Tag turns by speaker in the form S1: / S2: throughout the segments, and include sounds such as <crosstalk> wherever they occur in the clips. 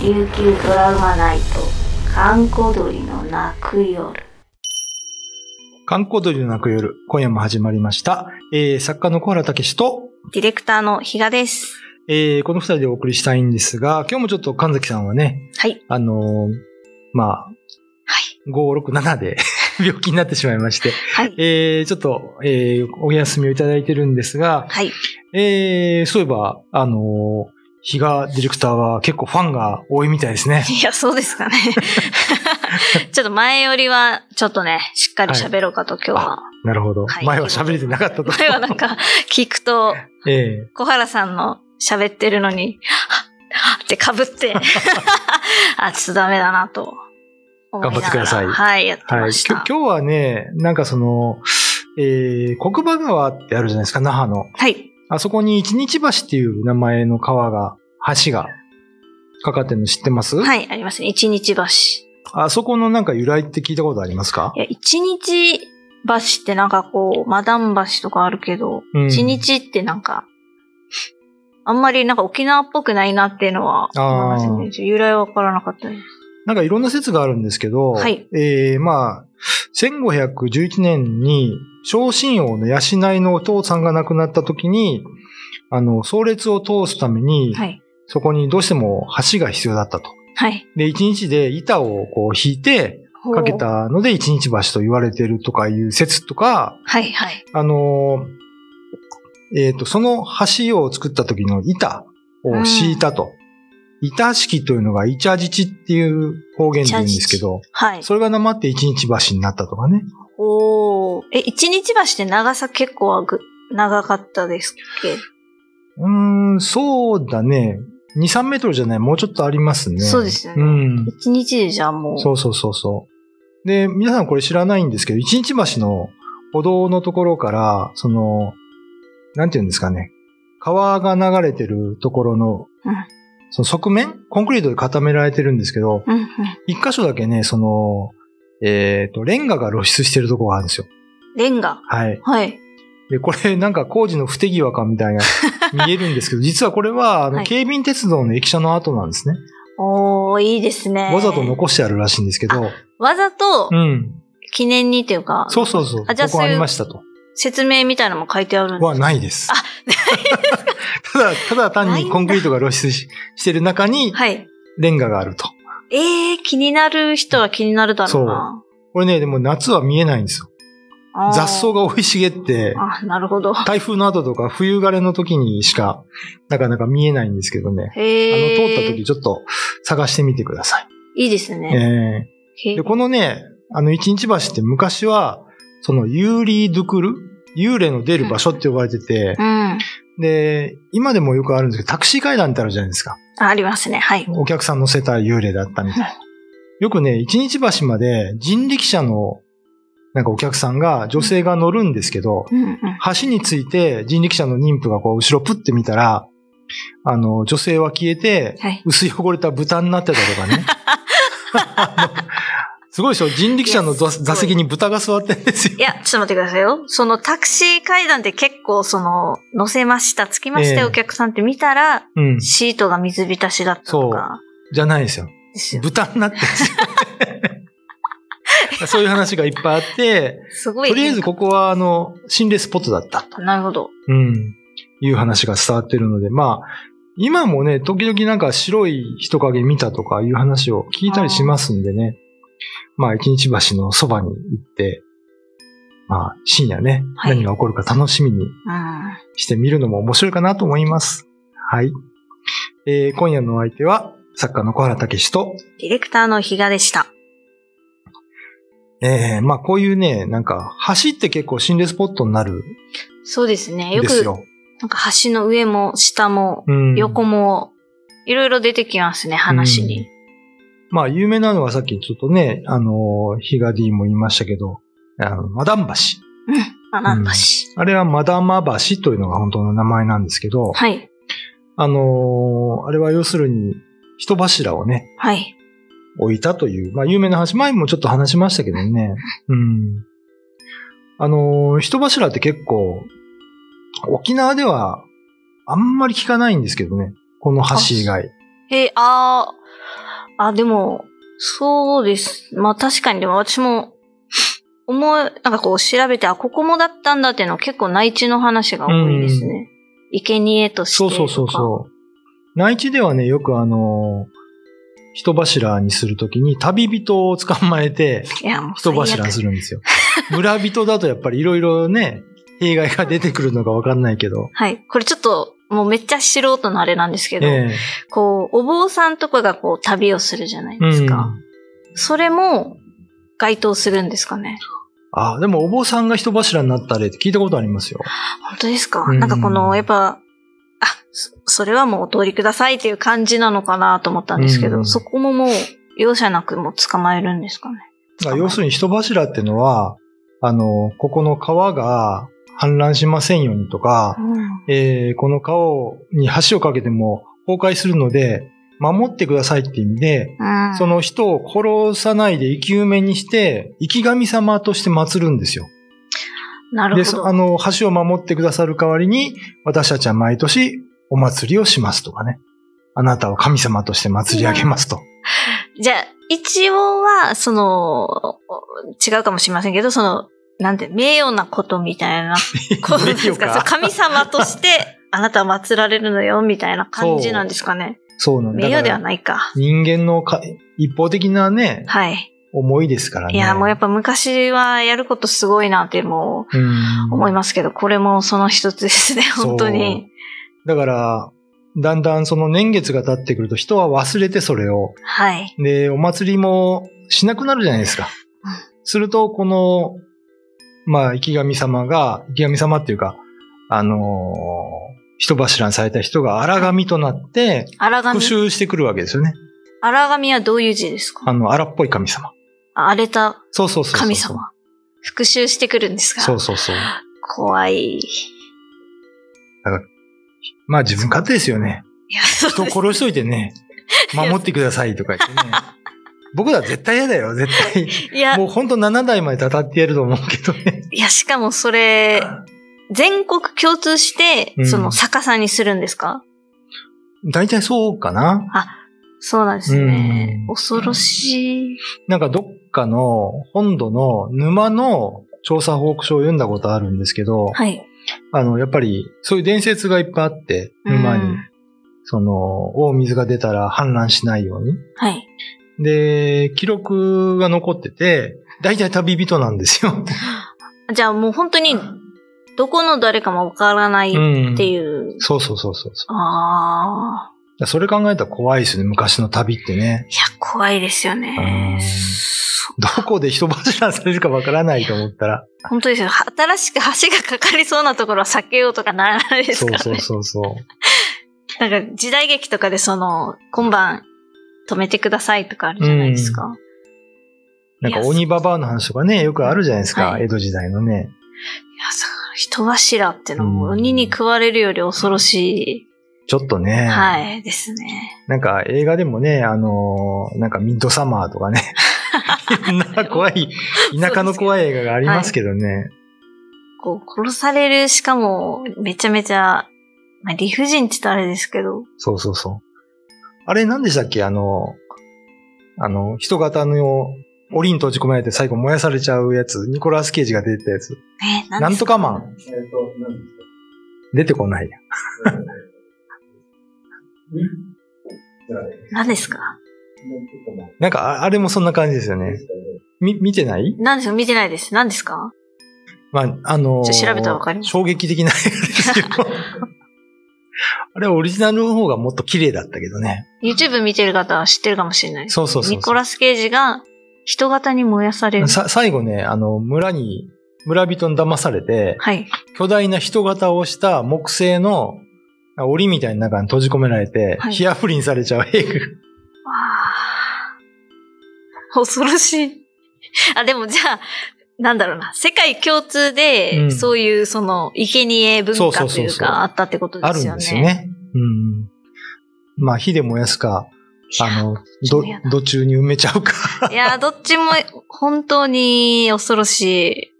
S1: 琉球ドラマナイト観光鳥の泣く夜
S2: 観光鳥の泣く夜、今夜も始まりました。えー、作家の小原武史と、
S1: ディレクターの比嘉です
S2: えー、この二人でお送りしたいんですが、今日もちょっと神崎さんはね、
S1: はい
S2: あのーまあ、5、6、7で <laughs> 病気になってしまいまして、
S1: はい
S2: えー、ちょっと、えー、お休みをいただいてるんですが、
S1: はい
S2: えー、そういえば、あのー、比嘉ディレクターは結構ファンが多いみたいですね。
S1: <laughs> いやそうですかねちょっと前よりはちょっとねしっかり喋ろうかと今日は、
S2: なるほど。
S1: はい
S2: 前は喋れてなかったと。
S1: 前はなんか聞くと
S2: <laughs> え
S1: 小原さんの喋ってるのにはっはっってかぶって <laughs> あちょっとダメだなと思いながら
S2: 頑張ってください
S1: はいやって
S2: えは
S1: ま
S2: い。
S1: し
S2: き
S1: た、
S2: ょ今日はね、なんかその、えー、国場川ってあるじゃないですか、那覇の。
S1: はい
S2: あそこに一日橋っていう名前の川が、橋がかかってるの知ってますい。
S1: はい、ありますね。一日橋。
S2: あそこのなんか由来って聞いたことありますか
S1: いや、一日橋ってなんかこう、マダン橋とかあるけど、
S2: うん
S1: 一、日ってなんか、あんまりなんか沖縄っぽくないなっていうのは思いますね。由来はわからなかったです。
S2: なんかいろんな説があるんですけど、
S1: はい
S2: えー、まあ、1511年に、昇進王の養いのお父さんが亡くなった時に、あの、葬列を通すために、
S1: はい。
S2: そこにどうしても橋が必要だったと。
S1: はい。
S2: で、一日で板をこう引いて、かけ
S1: ほう。
S2: たので一日橋と言われてるとかいう説とか、
S1: はい、はい。
S2: あのーえっ、と、その橋を作った時の板を敷いたと。板敷というのがイチャジチっていう方言で言うんですけど、
S1: はい。
S2: それがなまって一日橋になったとかね。
S1: おーえ、一日橋って長さ結構はぐ長かったですっけ、
S2: うーん、そうだね。2、3メートルじゃない、もうちょっとありますね。
S1: そうですよね
S2: うん。
S1: 一日でじゃあもう。
S2: そうそうそうそう。で、皆さんこれ知らないんですけど、一日橋の歩道のところから、その、なんていうんですかね、川が流れてるところの、
S1: うん
S2: その側面コンクリートで固められてるんですけど、
S1: うんうん。
S2: 一箇所だけね、その、えっ、と、レンガが露出してるところがあるんですよ。
S1: レンガ。
S2: はい。
S1: はい。
S2: で、これなんか工事の不手際かみ
S1: <laughs>
S2: たいな、見えるんですけど、実はこれは、あの、
S1: はい
S2: 警備鉄道の駅舎の跡なんですね。
S1: おーいいですね。
S2: わざと残してあるらしいんですけど、
S1: わざと
S2: うん。
S1: 記念にというか、
S2: そうそうそう。
S1: あじゃあ
S2: ここ
S1: そう
S2: あ
S1: いう
S2: りましたと。
S1: 説明みたいなのも書いてあるんで
S2: はないです。
S1: あ
S2: <laughs> ただ、ただ単
S1: ないん
S2: に
S1: だ
S2: コンクリートが露出ししてる中に
S1: はい。
S2: レンガがあると。
S1: えー、気になる人は気になるだろうな。
S2: これね、でも夏は見えないんですよ。
S1: あー
S2: 雑草が生い茂って、
S1: あ、なるほど。
S2: 台風の後とか冬枯れの時にしかなかなか見えないんですけどね。あの、
S1: へえ。
S2: 通った時ちょっと探してみてください。
S1: いいです
S2: え
S1: ね。へ
S2: え
S1: ー
S2: で、このね、あの、一日橋って昔は、その、ユーリー・ドゥクル幽霊の出る場所って呼ばれてて
S1: う、ん。
S2: で、今でもよくあるんですけど、タクシー階段ってあるじゃないですか。
S1: ありますね。はい。
S2: お客さん乗せた幽霊だったみたいな。よくね、一日橋まで人力車の、なんかお客さんが、女性が乗るんですけど、
S1: うんうん。
S2: 橋について人力車の妊婦がこう、後ろプッて見たら、あの、女性は消えて、
S1: はい。
S2: 薄汚れた豚になってたとかね。
S1: <laughs>
S2: あのすごいでしょ人力車の
S1: い
S2: 座
S1: やすごい
S2: 座席に豚が座ってんですよ
S1: い。や、ちょっと待ってくださいよ。そのタクシー階段って結構その、乗せました、つきました
S2: ええ
S1: よお客さんって見たら、
S2: うん。
S1: シートが水浸しだったとか。
S2: じゃないですよ。
S1: ですよ。
S2: 豚になってるんで
S1: <laughs>
S2: すよ。そういう話がいっぱいあって、
S1: すごい。
S2: とりあえずここは、あの、心霊スポットだった。
S1: なるほど。
S2: うん。いう話が伝わってるので、まあ、今もね、時々なんか白い人影見たとかいう話を聞いたりしますんでね。まあ、一日橋のそばに行って、まあ、深夜ね、
S1: はい
S2: 何が起こるか楽しみに
S1: うん。
S2: してみるのも面白いかなと思います。はい。えー、今夜のお相手は、作家の小原武史と、
S1: ディレクターの比嘉でした。
S2: えー、まあ、こういうね、なんか、橋って結構心霊スポットになる
S1: そうですね。
S2: ん
S1: よ
S2: です
S1: く、
S2: よ。
S1: なんか橋の上も下も
S2: うん
S1: 横も、いろいろ出てきますね、話に。
S2: まあ、有名なのはさっきちょっとね、あの、ヒガディも言いましたけど、あのマダン橋。
S1: うん。あ、なんだし。
S2: あれはマダマ橋というのが本当の名前なんですけど、
S1: はい。
S2: あの、あれは要するに、人柱をね、
S1: はい。
S2: 置いたという、まあ、有名な橋。前もちょっと話しましたけ
S1: <laughs>
S2: どね。うん。あの、人柱って結構、沖縄ではあんまり聞かないんですけどね。この橋以外。
S1: えー、あーあ、でも、そうです。まあ確かに、でも私も、思う、なんかこう調べて、あ、ここもだったんだっていうのは結構内地の話が多いですね。生贄としてと
S2: そう
S1: か。
S2: そうそうそう。内地ではね、よくあのー人柱にするときに旅人を捕まえて
S1: いや、もう
S2: 人柱にするんですよ。 <laughs> 村人だとやっぱりいろいろね、弊害が出てくるのかわかんないけど。
S1: はい。これちょっと、もうめっちゃ素人のあれなんですけど、
S2: ええ
S1: こう、お坊さんとかがこう旅をするじゃないですか。
S2: うん
S1: それも、該当するんですかね。
S2: あ、でもお坊さんが人柱になった例って聞いたことありますよ。
S1: 本当ですか、
S2: うん
S1: なんかこの、やっぱ、あ、そそれはもうお通りくださいっていう感じなのかなと思ったんですけど、
S2: うん
S1: そこももう、容赦なくもう捕まえるんですかね。
S2: だから要するに人柱ってのは、あの、ここの川が氾濫しませんようにとか、
S1: うん
S2: えーこの川に橋を架けても崩壊するので、守ってくださいって意味で、
S1: うん。
S2: その人を殺さないで生き埋めにして、生き神様として祀るんですよ。
S1: なる
S2: で、
S1: ほ
S2: そ
S1: ど。
S2: あの、橋を守ってくださる代わりに、私たちは毎年お祭りをしますとかね。あなたを神様として祭り上げますと。
S1: じゃあ、一応は、その、違うかもしれませんけど、その、なんて、名誉なことみたい
S2: <laughs>
S1: なことです
S2: 名
S1: か
S2: 誉
S1: そう神様として、 <laughs> あなたは祀られるのよ、みたいな感じなんですかね。
S2: そうなんだ
S1: 名誉では
S2: だから
S1: ないか。
S2: 人間のか一方的なね、
S1: はい。
S2: 思いですからね。
S1: いや、もうやっ
S2: ぱ、
S1: ぱ昔はやることすごいなって、もう、思いますけど、これもその一つですね、
S2: そう
S1: 本当に。
S2: だから、だんだんその年月が経ってくると人は忘れてそれを。
S1: はい。
S2: で、お祭りもしなくなるじゃないですか
S1: うん。
S2: すると、この、まあ、生神様が、生神様っていうか、あのー人柱にされた人が荒神となって、
S1: 荒
S2: 復
S1: 神。
S2: 讐してくるわけですよね。
S1: 荒神はどういう字です
S2: あ
S1: か
S2: の、荒っぽい神様。
S1: あ荒れた
S2: そうそうそうそう。
S1: 神様。復讐してくるんですか
S2: そうそうそう。
S1: 怖い。い
S2: まあ、自分勝手ですよね。
S1: や、 <laughs> そう
S2: 人
S1: です
S2: 殺しといてね、守ってくださいとか言
S1: <laughs>
S2: ってね。僕ら絶対嫌だよ、絶対。
S1: いや
S2: も、うほんと7代までたたってやると思うけどね。
S1: いや、しかもそれ、全国共通して
S2: う、ん
S1: その逆さにするんですか、
S2: 大体そうかな。
S1: そうなんですね
S2: う。ん
S1: 恐ろしい。
S2: なんかどっかの本土の沼の調査報告書を読んだことあるんですけど、
S1: はい。
S2: あの、やっぱりそういう伝説がいっぱいあって、沼に、
S1: うん
S2: その、大水が出たら氾濫しないように。
S1: はい。
S2: で、記録が残ってて、大体旅人なんですよ。
S1: じゃあもう本当に、どこの誰かもわからないっ
S2: ん
S1: ていう。
S2: そうそうそうそう。
S1: ああ。
S2: それ考えたら怖いですね、昔の旅ってね。
S1: いや、怖いですよね
S2: うん。
S1: そ
S2: どこで人柱されるかわからないと思ったら。
S1: 本当ですよ。新しく橋がかかりそうなところは避けようとかならないです
S2: そ
S1: から
S2: う
S1: ね。
S2: そうそうそう。
S1: なんか時代劇とかでその、今晩止めてくださいとかあるじゃないですか。
S2: なんか鬼ババアの話とかね、よくあるじゃないですか、
S1: はい
S2: 江戸時代のね。
S1: いや、そう人柱ってのはもう
S2: うん
S1: 鬼に食われるより恐ろし
S2: ちょっとね、
S1: い、はい、ですね。
S2: なんか映画でもね、あのーなんかミッドサマーと
S1: <laughs>
S2: かね、いろんな怖い、田舎の怖い映画がありますけどね。
S1: こう、殺される、しかも、めちゃめちゃ、まあ、理不尽って言ったらあれですけど、
S2: そうそうそう。あれ何でしたっけあの、あの、人型の檻に閉じ込められて最後燃やされちゃうやつ、ニコラス・ケイジが出てたやつ。
S1: え、
S2: な
S1: なん
S2: ん
S1: です
S2: と
S1: か
S2: かマン。出てこないや。
S1: 何ですか
S2: なんかあ、あれもそんな感じですよね。み、見てない
S1: 何ですか見てないです。何ですか
S2: まあ、あのー
S1: ちょ調べたらわかります
S2: 衝撃的な映画で
S1: <laughs>
S2: すけど。あれはオリジナルの方がもっと綺麗だったけどね。
S1: YouTube 見てる方は知ってるかもしれない。
S2: そうそうそうそう
S1: ニコラス・ケイジが人型に燃やされる。
S2: さ、最後ね、あの、村に、村人に騙されて、
S1: はい。
S2: 巨大な人型をした木製の檻みたいな中に閉じ込められて、
S1: はい
S2: ヒアフリンされちゃう映画。
S1: わあ恐ろしい。あ、でもじゃあ、なんだろうな。世界共通で、
S2: うん
S1: そういうその、生贄文
S2: そう
S1: 化
S2: そう
S1: と
S2: そ
S1: いうう
S2: そう
S1: か、あったってこと
S2: あ
S1: で
S2: る
S1: す
S2: ん
S1: よね。
S2: ですよね。うん。まあ、火で燃やすか、あの、ど
S1: 嫌、だ
S2: 土中に埋めちゃうか。
S1: いや、どっちも本当に恐ろしい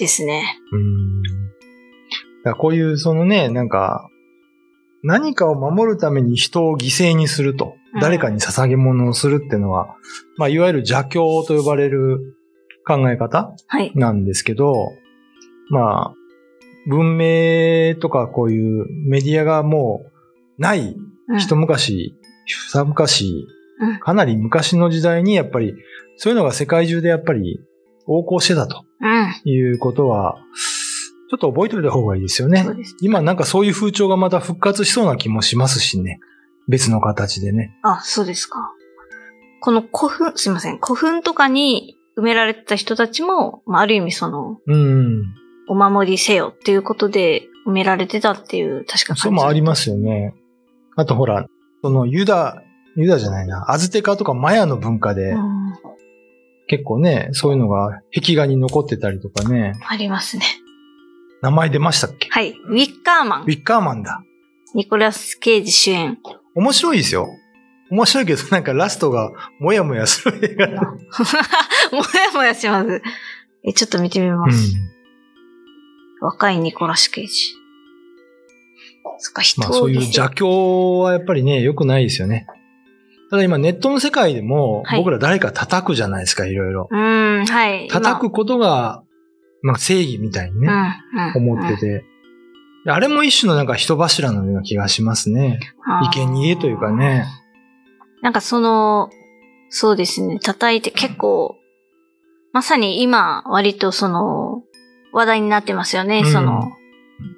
S1: ですね。
S2: うん。だからこういう、そのね、なんか、何かを守るために人を犠牲にすると
S1: う、ん
S2: 誰かに捧げ物をするっていうのは、まあ、いわゆる邪教と呼ばれる考え方
S1: はい。
S2: なんですけど、まあ、文明とかこういうメディアがもうない
S1: うん
S2: 一昔、二昔
S1: うん、
S2: かなり昔の時代にやっぱり、そういうのが世界中でやっぱり横行してたと
S1: うん。
S2: いうことは、ちょっと覚えておいた方がいいですよね
S1: そう。です。
S2: 今なんかそういう風潮がまた復活しそうな気もしますしね。別の形でね。
S1: あ、そうですか。この古墳、すいません。古墳とかに埋められてた人たちも、まあ、ある意味その、
S2: うん。
S1: お守りせよっていうことで埋められてたっていう、確か感じ。
S2: そうもありますよね。あとほら、そのユダ、ユダじゃないな、アズテカとかマヤの文化で、
S1: うん。
S2: 結構ね、そういうのが壁画に残ってたりとかね。
S1: ありますね。
S2: 名前出ましたっけ、
S1: はい。ウィッカーマン
S2: ウ。ィッカーマンだ。
S1: ニコラス・ケイジ主演。 <laughs>
S2: 面白いですよ。面白いけど、なんかラストがもやもやする映画。
S1: もやもやします。え、ちょっと見てみ
S2: う
S1: ま
S2: ん
S1: す。若いニコラス・ケイジ。そっか、人
S2: まあそ
S1: を
S2: ういう
S1: 犠牲
S2: 邪教はやっぱりね、良くないですよね。ただ今ネットの世界でも
S1: はい
S2: 僕ら誰か叩くじゃないですか、いろいろ。
S1: うん、はい。
S2: 叩くことが、まあ正義みたいにね、
S1: 今、うん、うん、
S2: 思ってて。あれも一種のなんか人柱のような気がしますね。
S1: あー
S2: 生贄というかね。
S1: なんかその、そうですね、叩いて結構、まさに今、割とその、話題になってますよね、
S2: うん
S1: その、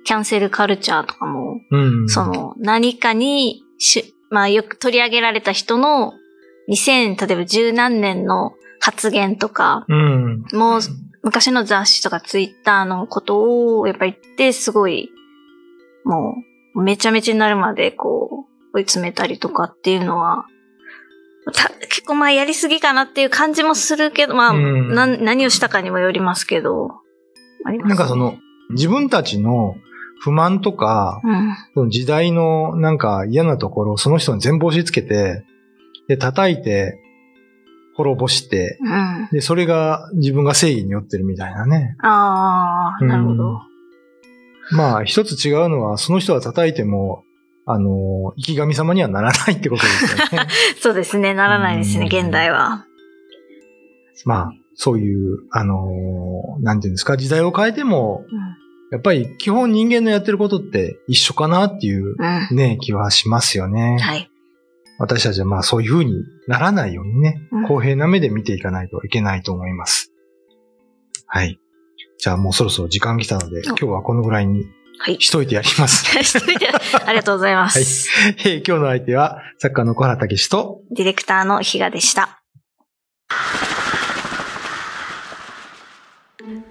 S1: キャンセルカルチャーとかも、
S2: うん。
S1: その、何かにし、まあよく取り上げられた人の、2000、例えば十何年の発言とか、
S2: うん。
S1: もう昔の雑誌とかツイッターのことを、やっぱ言って、すごい、もう、めちゃめちゃになるまで、こう、追い詰めたりとかっていうのは、た結構まあやりすぎかなっていう感じもするけど、まあ、
S2: うん
S1: なん何をしたかにもよりますけど、あります
S2: なんかそ、の、自分たちの不満とか、
S1: うん。
S2: その時代のなんか嫌なところをその人に全部押し付けて、で、叩いて、滅ぼして、
S1: うん。あ
S2: で、それが自分が正義に寄ってるみたいなね。
S1: あー、なるほど。
S2: まあ、一つ違うのは、その人は叩いても、あの、生き神様にはならないってことです
S1: <laughs>
S2: よね。
S1: そうですね、ならないですね、
S2: うん
S1: 現代は。
S2: まあ、そういう、あの、なんていうんですか、時代を変えても、やっぱり基本人間のやってることって一緒かなっていう
S1: うん。うん。
S2: ね、気はしますよね。
S1: はい。
S2: 私たちはまあそういう風にならないようにね
S1: うん、
S2: 公平な目で見ていかないといけないと思います。はい。じゃあもうそろそろ時間来たので、
S1: お
S2: 今日はこのぐらいに
S1: はい。 <laughs>
S2: しといてやります。
S1: しといてありがとうございます。
S2: はい <laughs> えー今日の相手は、作家の小原武史と、
S1: ディレクターの比嘉でした。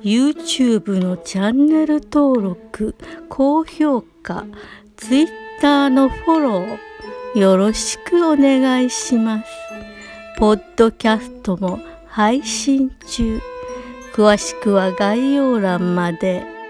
S3: YouTube のチャンネル登録高評価 Twitter のフォローよろしくお願いしますポッドキャストも配信中詳しくは概要欄まで。